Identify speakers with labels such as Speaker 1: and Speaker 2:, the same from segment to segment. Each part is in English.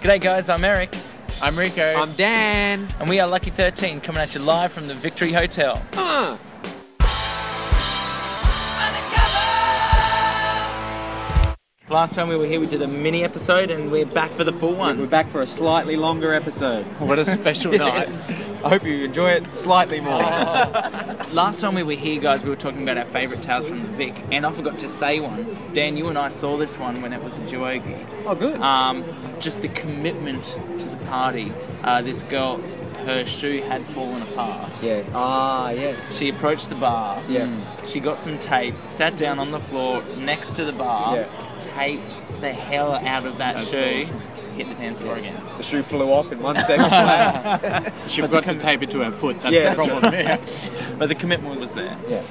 Speaker 1: G'day, guys. I'm Eric.
Speaker 2: I'm Rico.
Speaker 3: I'm Dan.
Speaker 1: And we are Lucky 13 coming at you live from the Victory Hotel.
Speaker 3: Uh.
Speaker 1: Last time we were here, we did a mini episode, and we're back for the full
Speaker 3: We're
Speaker 1: one.
Speaker 3: back for a slightly longer episode.
Speaker 1: What a special night.
Speaker 3: I hope you enjoy it slightly more.
Speaker 1: Last time we were here, guys, we were talking about our favourite tales from the Vic, and I forgot to say one. Dan, you and I saw this one when it was a duo gig.
Speaker 3: oh, good.
Speaker 1: um, just the commitment to the party. Uh, this girl, her shoe had fallen apart.
Speaker 3: yes. Ah, yes.
Speaker 1: She approached the bar.
Speaker 3: Yeah.
Speaker 1: She got some tape, sat down on the floor next to the bar,
Speaker 3: Yeah.
Speaker 1: taped the hell out of that
Speaker 2: That's
Speaker 1: shoe,
Speaker 2: awesome.
Speaker 1: hit the dance floor again.
Speaker 3: The shoe flew off in one second.
Speaker 2: She forgot to tape it to her foot. That's
Speaker 3: Yeah,
Speaker 2: the
Speaker 3: that's
Speaker 2: problem there.
Speaker 1: But the commitment was there.
Speaker 3: yeah.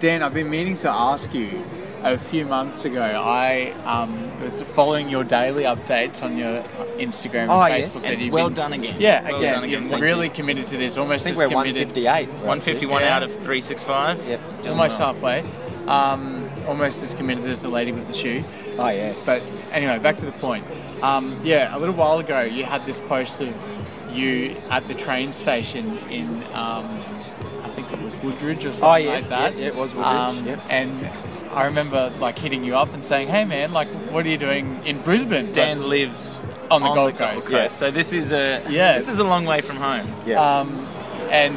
Speaker 2: Dan, I've been meaning to ask you. A few months ago, I um, was following your daily updates on your Instagram and
Speaker 3: Oh,
Speaker 2: Facebook.
Speaker 3: yes.
Speaker 2: That
Speaker 1: Ah, And
Speaker 2: you've
Speaker 1: well
Speaker 2: been,
Speaker 1: done again.
Speaker 2: Yeah,
Speaker 1: Well
Speaker 2: again,
Speaker 1: done again.
Speaker 2: you're
Speaker 1: Thank
Speaker 2: really committed to this. Almost
Speaker 3: I think
Speaker 2: as
Speaker 3: we're
Speaker 2: committed.
Speaker 3: 158. right?
Speaker 1: 151
Speaker 2: Yeah.
Speaker 1: out of 365.
Speaker 3: Yep.
Speaker 2: almost halfway. Um, almost as committed as the lady with the shoe.
Speaker 3: Oh, yes.
Speaker 2: But anyway, back to the point. Um, yeah, a little while ago, you had this post of you at the train station in, um, I think it was Woodridge or something
Speaker 3: Oh, yes.
Speaker 2: like that.
Speaker 3: Yeah, yeah, it was Woodridge,
Speaker 2: Um,
Speaker 3: yep.
Speaker 2: And I remember like hitting you up and saying, "Hey, man, like, what are you doing in Brisbane?"
Speaker 1: Dan lives
Speaker 2: On the Gold Coast.
Speaker 3: Yeah.
Speaker 1: So this is a
Speaker 2: Yeah.
Speaker 1: this is a long way from home.
Speaker 3: yeah.
Speaker 2: Um, and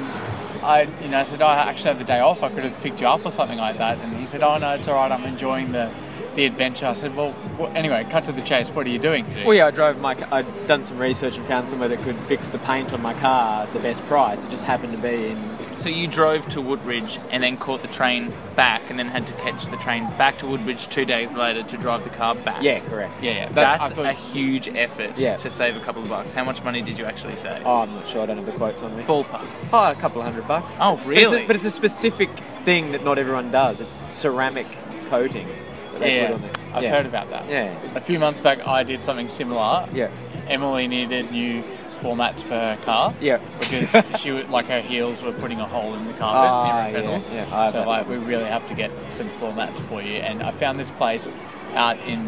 Speaker 2: I, you know, I said, oh, I actually have the day off. I could have picked you up or something like that. And he said, oh no, it's all right. I'm enjoying the, the adventure. I said, well, wh- anyway, cut to the chase. What are you doing?
Speaker 3: well, oh, yeah, I drove my. ca- I'd done some research and found somewhere that could fix the paint on my car at the best price. It just happened to be in.
Speaker 1: So you drove to Woodridge and then caught the train back and then had to catch the train back to Woodridge two days later to drive the car back.
Speaker 3: Yeah, correct.
Speaker 2: yeah, yeah. That- I
Speaker 1: That's
Speaker 2: thought-
Speaker 1: a huge effort
Speaker 3: Yeah.
Speaker 1: to save a couple of bucks. How much money did you actually save?
Speaker 3: Oh, I'm not sure. I don't have the quotes on me.
Speaker 1: Ballpark.
Speaker 3: Oh, a couple of hundred bucks.
Speaker 1: Oh,
Speaker 3: But it's
Speaker 1: really?
Speaker 3: a, but it's a specific thing that not everyone does. It's ceramic coating. That they
Speaker 2: yeah,
Speaker 3: put on it.
Speaker 2: I've
Speaker 3: yeah.
Speaker 2: heard about that.
Speaker 3: Yeah.
Speaker 2: A few months back, I did something similar.
Speaker 3: Yeah.
Speaker 2: Emily needed new formats for her car.
Speaker 3: Yeah.
Speaker 2: Because she was, like her heels were putting a hole in the carpet.
Speaker 3: Ah,
Speaker 2: near her pedals.
Speaker 3: yeah, yeah, I
Speaker 2: so
Speaker 3: bet.
Speaker 2: like we really have to get some formats for you. And I found this place out in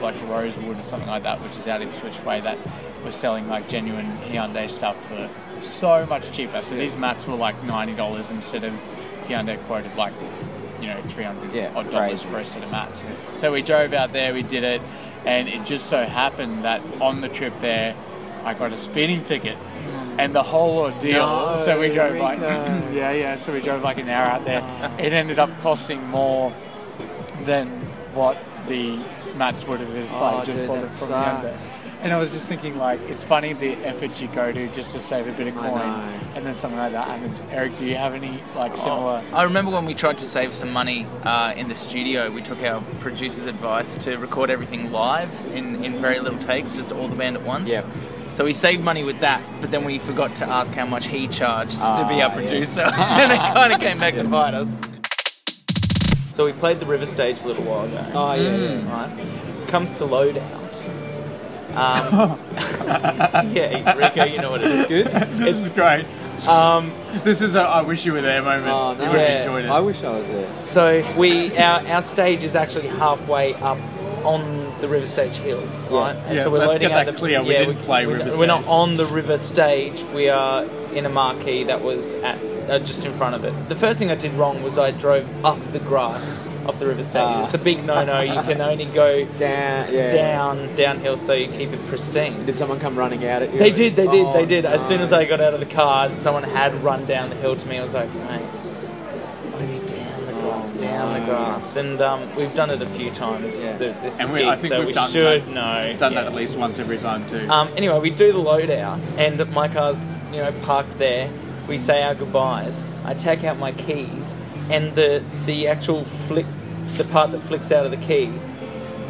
Speaker 2: like Rosewood or something like that, which is out in Switch Way that was selling like genuine Hyundai stuff for so much cheaper. So these mats were like ninety dollars instead of Hyundai quoted like you know three hundred
Speaker 3: Yeah,
Speaker 2: odd dollars
Speaker 3: crazy.
Speaker 2: for a set of mats. So we drove out there, we did it, and it just so happened that on the trip there, I got a speeding ticket. And the whole ordeal.
Speaker 3: No,
Speaker 2: Oh, so we drove like,
Speaker 3: Rico.
Speaker 2: yeah, yeah. So we drove like an hour out there. It ended up costing more than what the mats would have been if
Speaker 3: Oh,
Speaker 2: I just
Speaker 3: dude,
Speaker 2: bought
Speaker 3: that
Speaker 2: it from Hyundai.
Speaker 3: sucks.
Speaker 2: And I was just thinking, like, it's funny the effort you go to just to save a bit of
Speaker 3: I
Speaker 2: coin,
Speaker 3: know. Oh.
Speaker 2: and then something like that happens. Eric, do you have any like similar?
Speaker 1: I remember when we tried to save some money uh, in the studio, we took our producer's advice to record everything live in, in very little takes, just all the band at once.
Speaker 3: Yep.
Speaker 1: So we saved money with that, but then we forgot to ask how much he charged to be
Speaker 3: Ah,
Speaker 1: our
Speaker 3: yeah.
Speaker 1: producer, and it kind of came back to bite us. So we played the River Stage a little while ago.
Speaker 3: Oh, yeah,
Speaker 1: Mm.
Speaker 3: yeah.
Speaker 1: Right. Comes to load out. Um, yeah, Rico, you know what it is.
Speaker 3: Good.
Speaker 2: this is great.
Speaker 3: Um,
Speaker 2: This is a I wish you were there moment.
Speaker 3: oh, no.
Speaker 2: You would
Speaker 1: Yeah.
Speaker 2: have enjoyed it.
Speaker 3: I wish I was there.
Speaker 1: So we our, our stage is actually halfway up on the River Stage hill, right? And
Speaker 2: Yeah,
Speaker 1: so we're
Speaker 2: let's
Speaker 1: loading
Speaker 2: get
Speaker 1: out
Speaker 2: that
Speaker 1: the,
Speaker 2: clear. We didn't play
Speaker 1: we're,
Speaker 2: River
Speaker 1: not- We're not
Speaker 2: Stage.
Speaker 1: on the River Stage. We are in a marquee that was at uh, just in front of it. The first thing I did wrong was I drove up the grass of the River Stage.
Speaker 3: Ah.
Speaker 1: It's the big no-no. You can only go
Speaker 3: Down, yeah.
Speaker 1: down downhill, so you keep it pristine.
Speaker 3: Did someone come running out at you?
Speaker 1: They did, they did,
Speaker 3: Oh,
Speaker 1: they did. As
Speaker 3: no.
Speaker 1: soon as I got out of the car, someone had run down the hill to me. I was like, mate, only down the grass,
Speaker 3: Oh,
Speaker 1: down the
Speaker 3: no.
Speaker 1: grass. And um, we've done it a few times.
Speaker 3: Yeah.
Speaker 1: th- This
Speaker 2: And we-
Speaker 1: gig,
Speaker 2: I think
Speaker 1: so
Speaker 2: we've
Speaker 1: we
Speaker 2: done
Speaker 1: should
Speaker 2: that-
Speaker 1: know.
Speaker 2: done
Speaker 1: Yeah.
Speaker 2: that at least once every time too.
Speaker 1: Um, anyway, we do the load out, and my car's you know parked there. We say our goodbyes. I take out my keys, and the the actual flick, the part that flicks out of the key,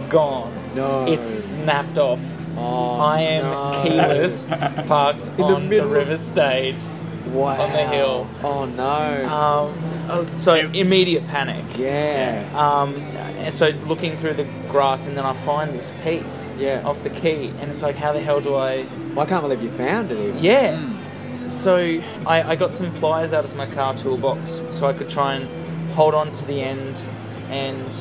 Speaker 1: gone.
Speaker 3: No.
Speaker 1: it's snapped off.
Speaker 3: Oh,
Speaker 1: I am
Speaker 3: no.
Speaker 1: keyless, parked
Speaker 3: the
Speaker 1: on the,
Speaker 3: middle of-
Speaker 1: river stage.
Speaker 3: Wow.
Speaker 1: on the hill.
Speaker 3: Oh, no.
Speaker 1: Um, oh, so immediate panic.
Speaker 3: yeah.
Speaker 1: Um, and so looking through the grass, and then I find this piece
Speaker 3: Yeah.
Speaker 1: of the key, and it's like, how the hell do I?
Speaker 3: Well, I can't believe you found it even.
Speaker 1: Yeah.
Speaker 3: Hmm.
Speaker 1: So I, I got some pliers out of my car toolbox, so I could try and hold on to the end and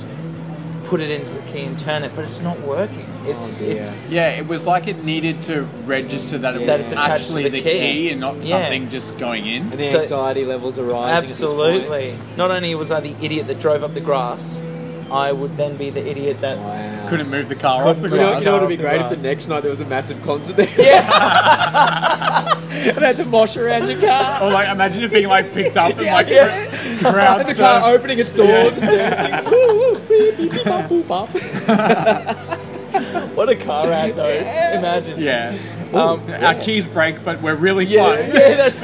Speaker 1: put it into the key and turn it, but it's not working. It's
Speaker 3: Oh, dear.
Speaker 1: it's
Speaker 2: Yeah, it was like it needed to register that it
Speaker 3: Yeah.
Speaker 2: was
Speaker 3: That it's
Speaker 1: attached to
Speaker 2: actually
Speaker 1: the
Speaker 2: the,
Speaker 1: key.
Speaker 2: key. and not
Speaker 1: Yeah.
Speaker 2: something just going in.
Speaker 3: And the
Speaker 1: So-
Speaker 3: anxiety levels are rising. At this point.
Speaker 1: absolutely. Not only was I the idiot that drove up the grass, I would then be the idiot that
Speaker 3: Wow.
Speaker 2: Couldn't move the car off the
Speaker 3: You know,
Speaker 2: grass.
Speaker 3: you know what would be
Speaker 1: Off the
Speaker 3: great if
Speaker 1: grass.
Speaker 3: the next night there was a massive concert there? Yeah! and they had to mosh around your car.
Speaker 2: or like imagine it being like picked up and like
Speaker 3: yeah.
Speaker 2: cr- crowd
Speaker 3: And the car
Speaker 2: surf.
Speaker 3: opening its doors and dancing. Woo, woo, beep, beep, beep, bop, boop, bop.
Speaker 1: what a car ride though.
Speaker 3: Yeah.
Speaker 1: Imagine.
Speaker 2: Yeah.
Speaker 1: Um,
Speaker 2: Our keys break, but we're really
Speaker 1: yeah,
Speaker 2: fine.
Speaker 1: yeah, that's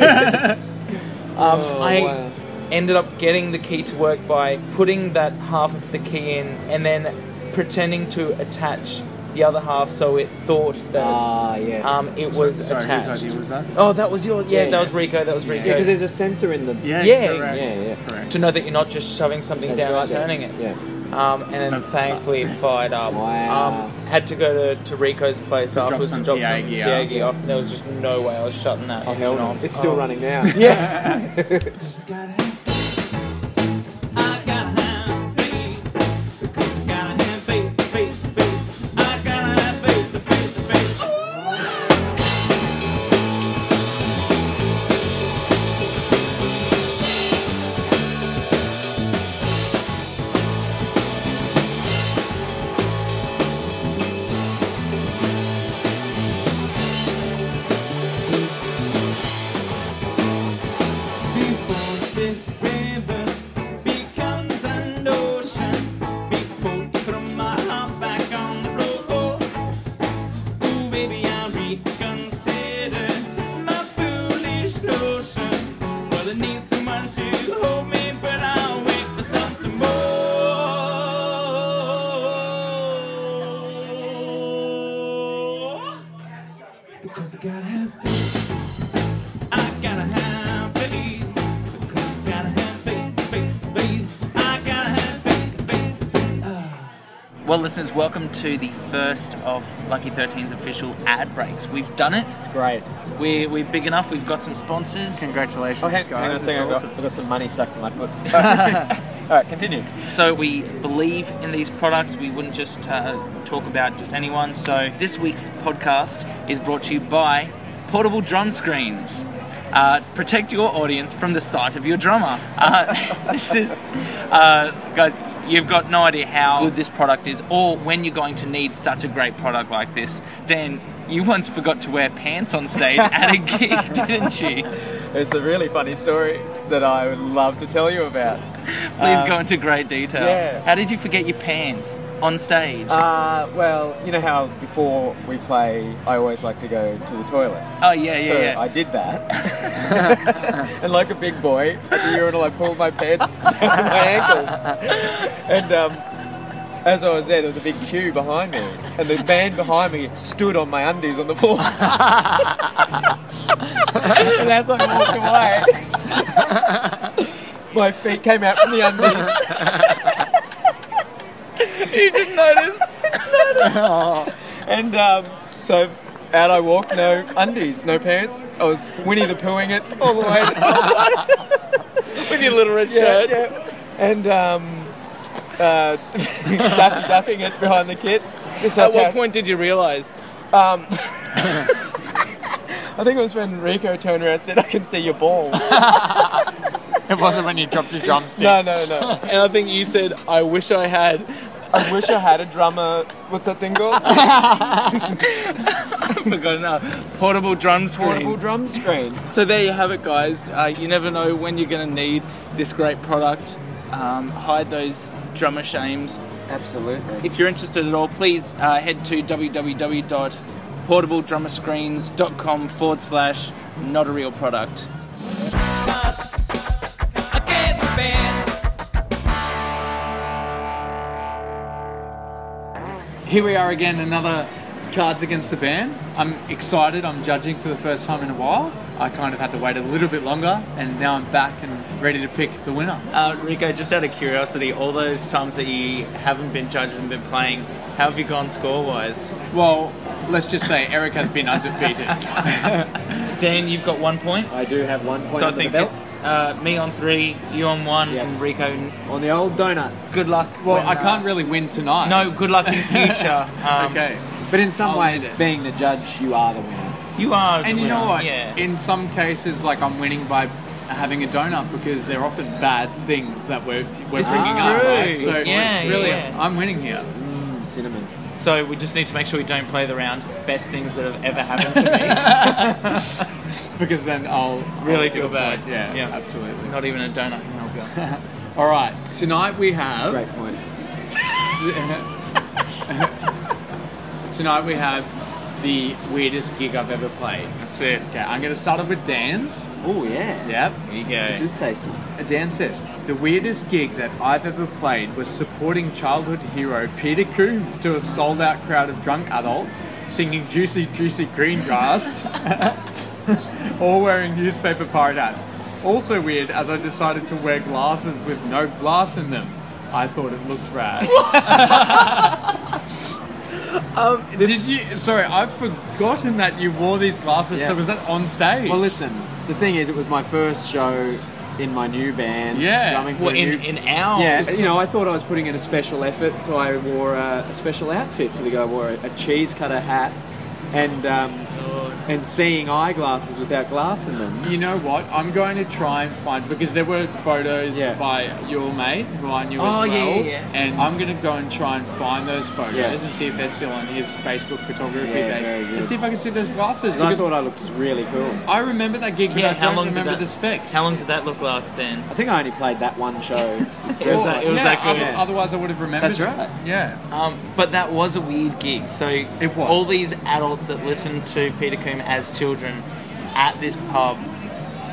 Speaker 1: it. um,
Speaker 3: Oh,
Speaker 1: I
Speaker 3: wow.
Speaker 1: ended up getting the key to work by putting that half of the key in and then pretending to attach the other half so it thought that
Speaker 3: Ah, yes.
Speaker 1: um, it was
Speaker 2: So- sorry, whose
Speaker 1: attached.
Speaker 2: idea was that?
Speaker 1: Oh, that was your. Yeah,
Speaker 3: Yeah,
Speaker 1: that
Speaker 3: yeah.
Speaker 1: was Rico. That was Rico.
Speaker 3: yeah, because there's a sensor in the.
Speaker 2: Yeah,
Speaker 1: Yeah,
Speaker 2: correct.
Speaker 3: yeah, yeah.
Speaker 2: Correct.
Speaker 1: to know that you're not just shoving something
Speaker 3: That's
Speaker 1: down
Speaker 3: right,
Speaker 1: and
Speaker 3: yeah.
Speaker 1: turning it.
Speaker 3: Yeah.
Speaker 1: Um, and then
Speaker 2: That's-
Speaker 1: thankfully it fired up.
Speaker 3: Wow.
Speaker 1: Um, had to go to, to Rico's place
Speaker 2: drop
Speaker 1: afterwards
Speaker 2: some
Speaker 1: and drop some
Speaker 2: Piaggi up.
Speaker 1: Piaggi off, and there was just no way I was shutting that
Speaker 3: Oh,
Speaker 1: engine
Speaker 3: hell no.
Speaker 1: off.
Speaker 3: It's still
Speaker 1: Oh.
Speaker 3: running now.
Speaker 4: I got a hand faith, because I got a hand faith, faith, faith. I got a hand faith, the faith, the faith. Before this river becomes an ocean, before you put my heart back on the road, ooh baby I reconsider my foolish notion. Well I need someone to hold me, but I'll wait for something more. Because I gotta have faith. I gotta have faith. Gotta have faith, faith, faith. I gotta have faith, faith, faith.
Speaker 5: Well, listeners, welcome to the first of Lucky 13's official ad breaks. We've done it.
Speaker 3: It's great.
Speaker 5: We're, we're big enough. We've got some sponsors.
Speaker 2: Congratulations,
Speaker 3: Oh, hang,
Speaker 2: guys.
Speaker 3: hang on a
Speaker 2: It's
Speaker 3: second. I've got,
Speaker 2: awesome.
Speaker 3: I've got some money stuck to my foot. All right, continue.
Speaker 5: So we believe in these products. We wouldn't just uh, talk about just anyone. So this week's podcast is brought to you by Portable Drum Screens. Uh, protect your audience from the sight of your drummer. Uh, this is, uh, guys, you've got no idea how good this product is or when you're going to need such a great product like this. Dan, you once forgot to wear pants on stage at a gig, didn't you?
Speaker 3: It's a really funny story that I would love to tell you about.
Speaker 5: Please go into great detail.
Speaker 3: yeah.
Speaker 5: How did you forget your pants on stage?
Speaker 3: Uh, well, you know how before we play, I always like to go to the toilet.
Speaker 5: oh, yeah, yeah,
Speaker 3: so
Speaker 5: yeah.
Speaker 3: I did that. and like a big boy, at the urinal, I pulled my pants down to my ankles. And um, as I was there, there was a big queue behind me. And the man behind me stood on my undies on the floor. and as I walked away, my feet came out from the undies. you didn't notice. And um, so out I walked, no undies, no pants. I was Winnie the Poohing it all the way.
Speaker 1: with your little red
Speaker 3: yeah,
Speaker 1: shirt.
Speaker 3: yeah. And um, uh, dapping, dapping it behind the kid. This
Speaker 1: At
Speaker 3: that's
Speaker 1: what
Speaker 3: how-
Speaker 1: point did you realise?
Speaker 3: Um, I think it was when Rico turned around and said, I can see your balls.
Speaker 2: It wasn't when you dropped your drumstick.
Speaker 3: no, no, no.
Speaker 1: And I think you said, "I wish I had."
Speaker 3: I wish I had a drummer. What's that thing called?
Speaker 5: forgotten uh, portable drum screen.
Speaker 3: Portable drum screen.
Speaker 1: So there you have it, guys. Uh, you never know when you're going to need
Speaker 5: This great product. Um, hide those drummer shames.
Speaker 3: Absolutely.
Speaker 5: If you're interested at all, please uh, head to www.portabledrummerscreens.com forward slash not a real product.
Speaker 2: Here we are again, another Cards Against the Band. I'm excited, I'm judging for the first time in a while. I kind of had to wait a little bit longer, and now I'm back and ready to pick the winner.
Speaker 1: Uh, Rico, just out of curiosity, all those times that you haven't been judged and been playing, how have you gone score wise?
Speaker 2: Well, let's just say Eric has been undefeated.
Speaker 1: Dan, you've got one point.
Speaker 3: I do have one point
Speaker 1: so I
Speaker 3: under
Speaker 1: think
Speaker 3: the belt.
Speaker 1: it's uh, me on three, you on one,
Speaker 3: Yeah.
Speaker 1: and Rico. n-
Speaker 3: on the old donut.
Speaker 1: Good luck.
Speaker 2: Well, I can't really win tonight.
Speaker 1: No, good luck in future. Um,
Speaker 2: Okay.
Speaker 3: But in some
Speaker 1: Oh,
Speaker 2: I'll
Speaker 3: ways,
Speaker 2: need it.
Speaker 3: being the judge, you are the winner.
Speaker 1: You are. the
Speaker 2: And you know
Speaker 1: winner,
Speaker 2: what?
Speaker 1: Yeah.
Speaker 2: In some cases, like I'm winning by having a donut because they're often bad things that we're we're
Speaker 1: This is
Speaker 2: bringing up.
Speaker 1: true.
Speaker 2: right? So
Speaker 1: Yeah,
Speaker 2: really,
Speaker 1: yeah.
Speaker 2: I'm winning here.
Speaker 3: Mm, cinnamon.
Speaker 1: So we just need to make sure we don't play the round best things that have ever happened to
Speaker 2: because then I'll
Speaker 1: Really
Speaker 2: I'll
Speaker 1: feel bad.
Speaker 2: Yeah,
Speaker 1: Yeah.
Speaker 2: yeah, absolutely.
Speaker 1: me. Not even a donut can help you. out.
Speaker 2: All right, tonight we have
Speaker 3: Great point.
Speaker 2: tonight we have the weirdest gig I've ever played.
Speaker 1: That's it.
Speaker 2: Okay, I'm gonna start off with Dan's.
Speaker 3: Oh yeah.
Speaker 2: Yep.
Speaker 1: There you
Speaker 3: This
Speaker 1: go.
Speaker 3: is tasty.
Speaker 2: Dan says the weirdest gig that I've ever played was supporting childhood hero Peter Coombs to a sold-out crowd of drunk adults singing "Juicy Juicy Green Grass." all wearing newspaper pirate hats. Also weird, as I decided to wear glasses with no glass in them. I thought it looked rad. um, Did you? Sorry, I've forgotten that you wore these glasses.
Speaker 3: Yeah.
Speaker 2: So was that on stage?
Speaker 3: Well, listen. The thing is, it was my first show in my new band.
Speaker 2: Yeah.
Speaker 3: Drumming for
Speaker 1: Well,
Speaker 3: a
Speaker 1: in
Speaker 3: new-
Speaker 1: in ours.
Speaker 3: yeah, you know, I thought I was putting in a special effort, so I wore a, a special outfit for the guy. I wore a, a cheese cutter hat and um, and seeing eyeglasses without glass in them.
Speaker 2: You know what? I'm going to try and find because there were photos
Speaker 3: Yeah.
Speaker 2: by your mate who I knew
Speaker 1: Oh,
Speaker 2: as
Speaker 1: yeah,
Speaker 2: well,
Speaker 1: yeah, yeah.
Speaker 2: and I'm going to go and try and find those photos
Speaker 3: Yeah.
Speaker 2: and see if they're still on his Facebook photography
Speaker 3: Yeah,
Speaker 2: page
Speaker 3: very good.
Speaker 2: and see if I can see those glasses.
Speaker 3: And I
Speaker 2: Because I,
Speaker 3: thought I looked really cool.
Speaker 2: remember that gig, but
Speaker 1: Yeah,
Speaker 2: I
Speaker 1: how
Speaker 2: don't
Speaker 1: long did
Speaker 2: remember
Speaker 1: that-
Speaker 2: the specs.
Speaker 1: How long did that look last, Dan?
Speaker 3: I think I only played that one show.
Speaker 1: It was that- it was
Speaker 2: yeah,
Speaker 1: that good.
Speaker 2: other- Otherwise, I would have remembered.
Speaker 3: That's right.
Speaker 2: Yeah.
Speaker 1: Um, but that was a weird gig. So
Speaker 2: It was.
Speaker 1: all these adults that listened to Peter Coombe as children at this pub,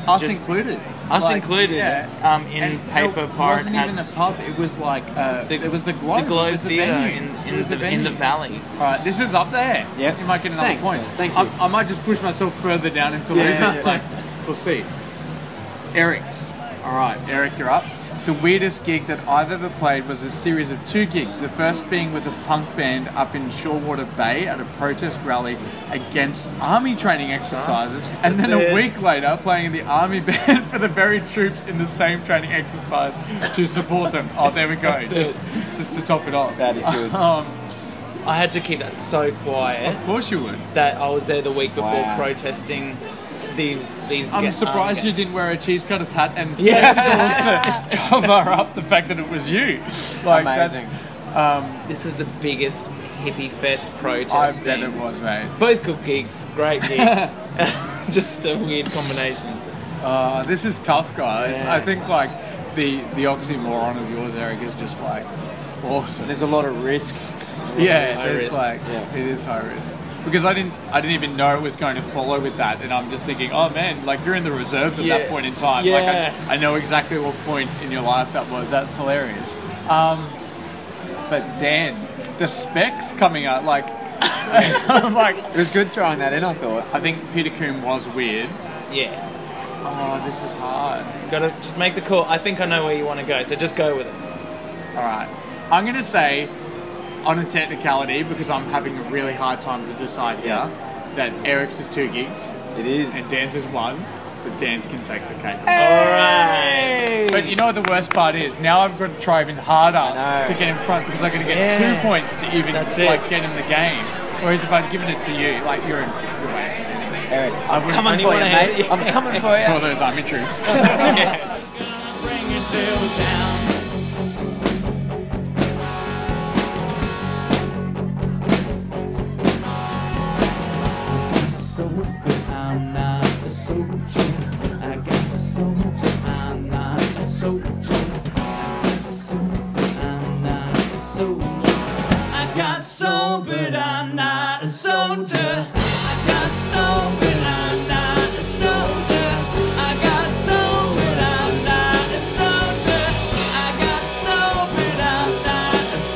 Speaker 2: Us
Speaker 1: Just-
Speaker 2: included.
Speaker 1: us
Speaker 2: Like,
Speaker 1: included,
Speaker 2: Yeah.
Speaker 1: um, in
Speaker 2: And
Speaker 1: paper
Speaker 2: it
Speaker 1: pirate
Speaker 2: wasn't
Speaker 1: hats.
Speaker 2: even a pub. It was like uh,
Speaker 1: The-
Speaker 2: it was the
Speaker 1: the
Speaker 2: Globe. it
Speaker 1: Globe
Speaker 2: was the
Speaker 1: Theatre
Speaker 2: venue.
Speaker 1: in,
Speaker 2: It
Speaker 1: in,
Speaker 2: was
Speaker 1: the,
Speaker 2: venue.
Speaker 1: in the valley.
Speaker 2: All right, this is up there.
Speaker 3: Yep.
Speaker 2: You might get another
Speaker 3: Thanks,
Speaker 2: point.
Speaker 3: guys. Thank
Speaker 2: I,
Speaker 3: you.
Speaker 2: I might just push myself further down until
Speaker 3: Yeah,
Speaker 2: it's
Speaker 3: yeah, yeah.
Speaker 2: like, we'll see. Eric's. All right, Eric, you're up. The weirdest gig that I've ever played was a series of two gigs. The first being with a punk band up in Shorewater Bay at a protest rally against army training exercises, and then a
Speaker 3: it.
Speaker 2: week later playing in the army band for the very troops in the same training exercise to support them. Oh, there we go. just, just to top it off.
Speaker 3: That is good.
Speaker 2: Um,
Speaker 1: I had to keep that so quiet
Speaker 2: of course you would.
Speaker 1: that I was there the week before
Speaker 3: Wow.
Speaker 1: protesting these these.
Speaker 2: I'm
Speaker 1: ga-
Speaker 2: surprised
Speaker 1: um,
Speaker 2: you didn't wear a cheese cutter's hat and spectacles to cover up the fact that it was you. Like, that's-
Speaker 3: Amazing.
Speaker 1: This was the biggest hippie fest protest.
Speaker 2: I bet
Speaker 1: thing.
Speaker 2: it was, mate.
Speaker 1: Both good gigs, great gigs. Just a weird combination.
Speaker 2: Uh, this is tough, guys.
Speaker 1: Yeah.
Speaker 2: I think like the the oxymoron of yours, Eric, is just like awesome.
Speaker 3: There's a lot of risk.
Speaker 2: Yeah, it's
Speaker 1: High risk.
Speaker 2: like
Speaker 3: Yeah.
Speaker 2: it is high risk because I didn't I didn't even know it was going to follow with that, and I'm just thinking, oh man, like you're in the reserves at that
Speaker 1: Yeah.
Speaker 2: point in time.
Speaker 1: Yeah.
Speaker 2: Like I, I know exactly what point in your life that was. That's hilarious. Um, but Dan, the specs coming out like. I'm like,
Speaker 3: It was good throwing that in. I thought.
Speaker 2: I think Peter Coombe was weird.
Speaker 1: Yeah,
Speaker 2: Oh, this is hard.
Speaker 1: gotta just make the call. I think I know where you want to go, so just go with it.
Speaker 2: All right. I'm going to say, on a technicality, because I'm having a really hard time to decide here, that Eric's is two gigs
Speaker 3: It is.
Speaker 2: and Dan's is one, so Dan can take the cake.
Speaker 1: All right.
Speaker 2: But you know what the worst part is? Now I've got to try even harder
Speaker 3: know.
Speaker 2: to get in front because I'm going to get
Speaker 1: Yeah.
Speaker 2: two points to even
Speaker 1: That's it.
Speaker 2: like get in the game. Whereas if I'd given it to you, like you're in. You're out.
Speaker 3: Eric,
Speaker 2: I wouldn't-
Speaker 1: Come on,
Speaker 2: I
Speaker 1: for
Speaker 2: wouldn't-
Speaker 1: it, mate.
Speaker 3: I'm coming for
Speaker 2: It's all
Speaker 3: you.
Speaker 2: those army troops.
Speaker 4: Gonna bring yourself down. I got so good, I'm not a soldier. I got so good, I'm not a soldier. I got so good, I'm not a soldier. I got so good, I'm not a soldier. I got so good, I'm not a soldier. I got so good, I'm not a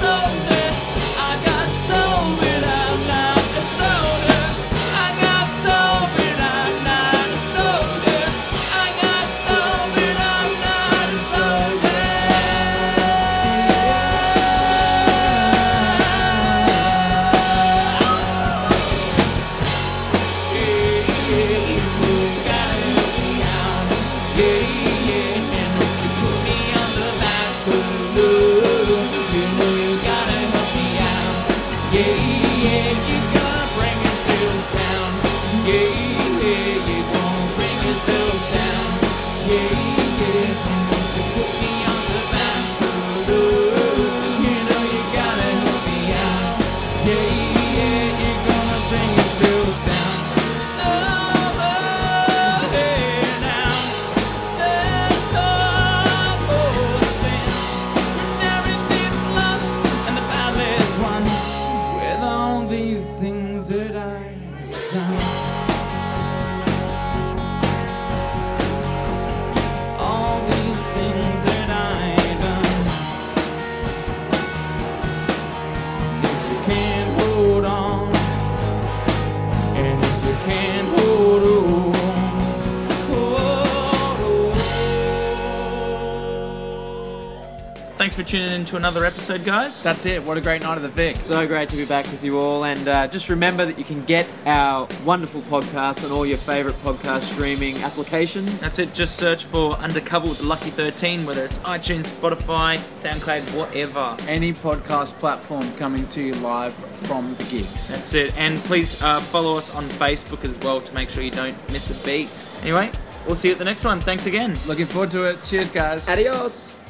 Speaker 4: soldier. I got so good, I'm not a soldier. I got so good, I'm not a soldier. I got so good, I'm not a soldier. I got so good, I'm not a soldier. yeah, you gonna bring yourself down. Yeah, yeah, you gonna bring yourself down. Yeah, yeah, won't you put me on the back road? You know you gotta help me out. Yeah, yeah, you gonna bring yourself down. Oh, oh, hey, now. There's no more sense everything's lost and the battle is won with all these things that I've done. All these things that I've done. If you can't hold on, and if you can't hold on. Oh.
Speaker 1: Thanks for tuning in to another episode, guys.
Speaker 6: That's it. What a great night of the Vic.
Speaker 3: So great to be back with you all, and uh, just remember that you can get our wonderful podcast on all your favourite podcast streaming applications.
Speaker 1: That's it. Just search for Undercover with the Lucky 13, whether it's iTunes, Spotify, SoundCloud, whatever.
Speaker 7: Any podcast platform coming to you live from the gig.
Speaker 1: That's it. And please uh, follow us on Facebook as well to make sure you don't miss a beat. Anyway, we'll see you at the next one. Thanks again.
Speaker 7: Looking forward to it. Cheers, guys.
Speaker 3: Adios.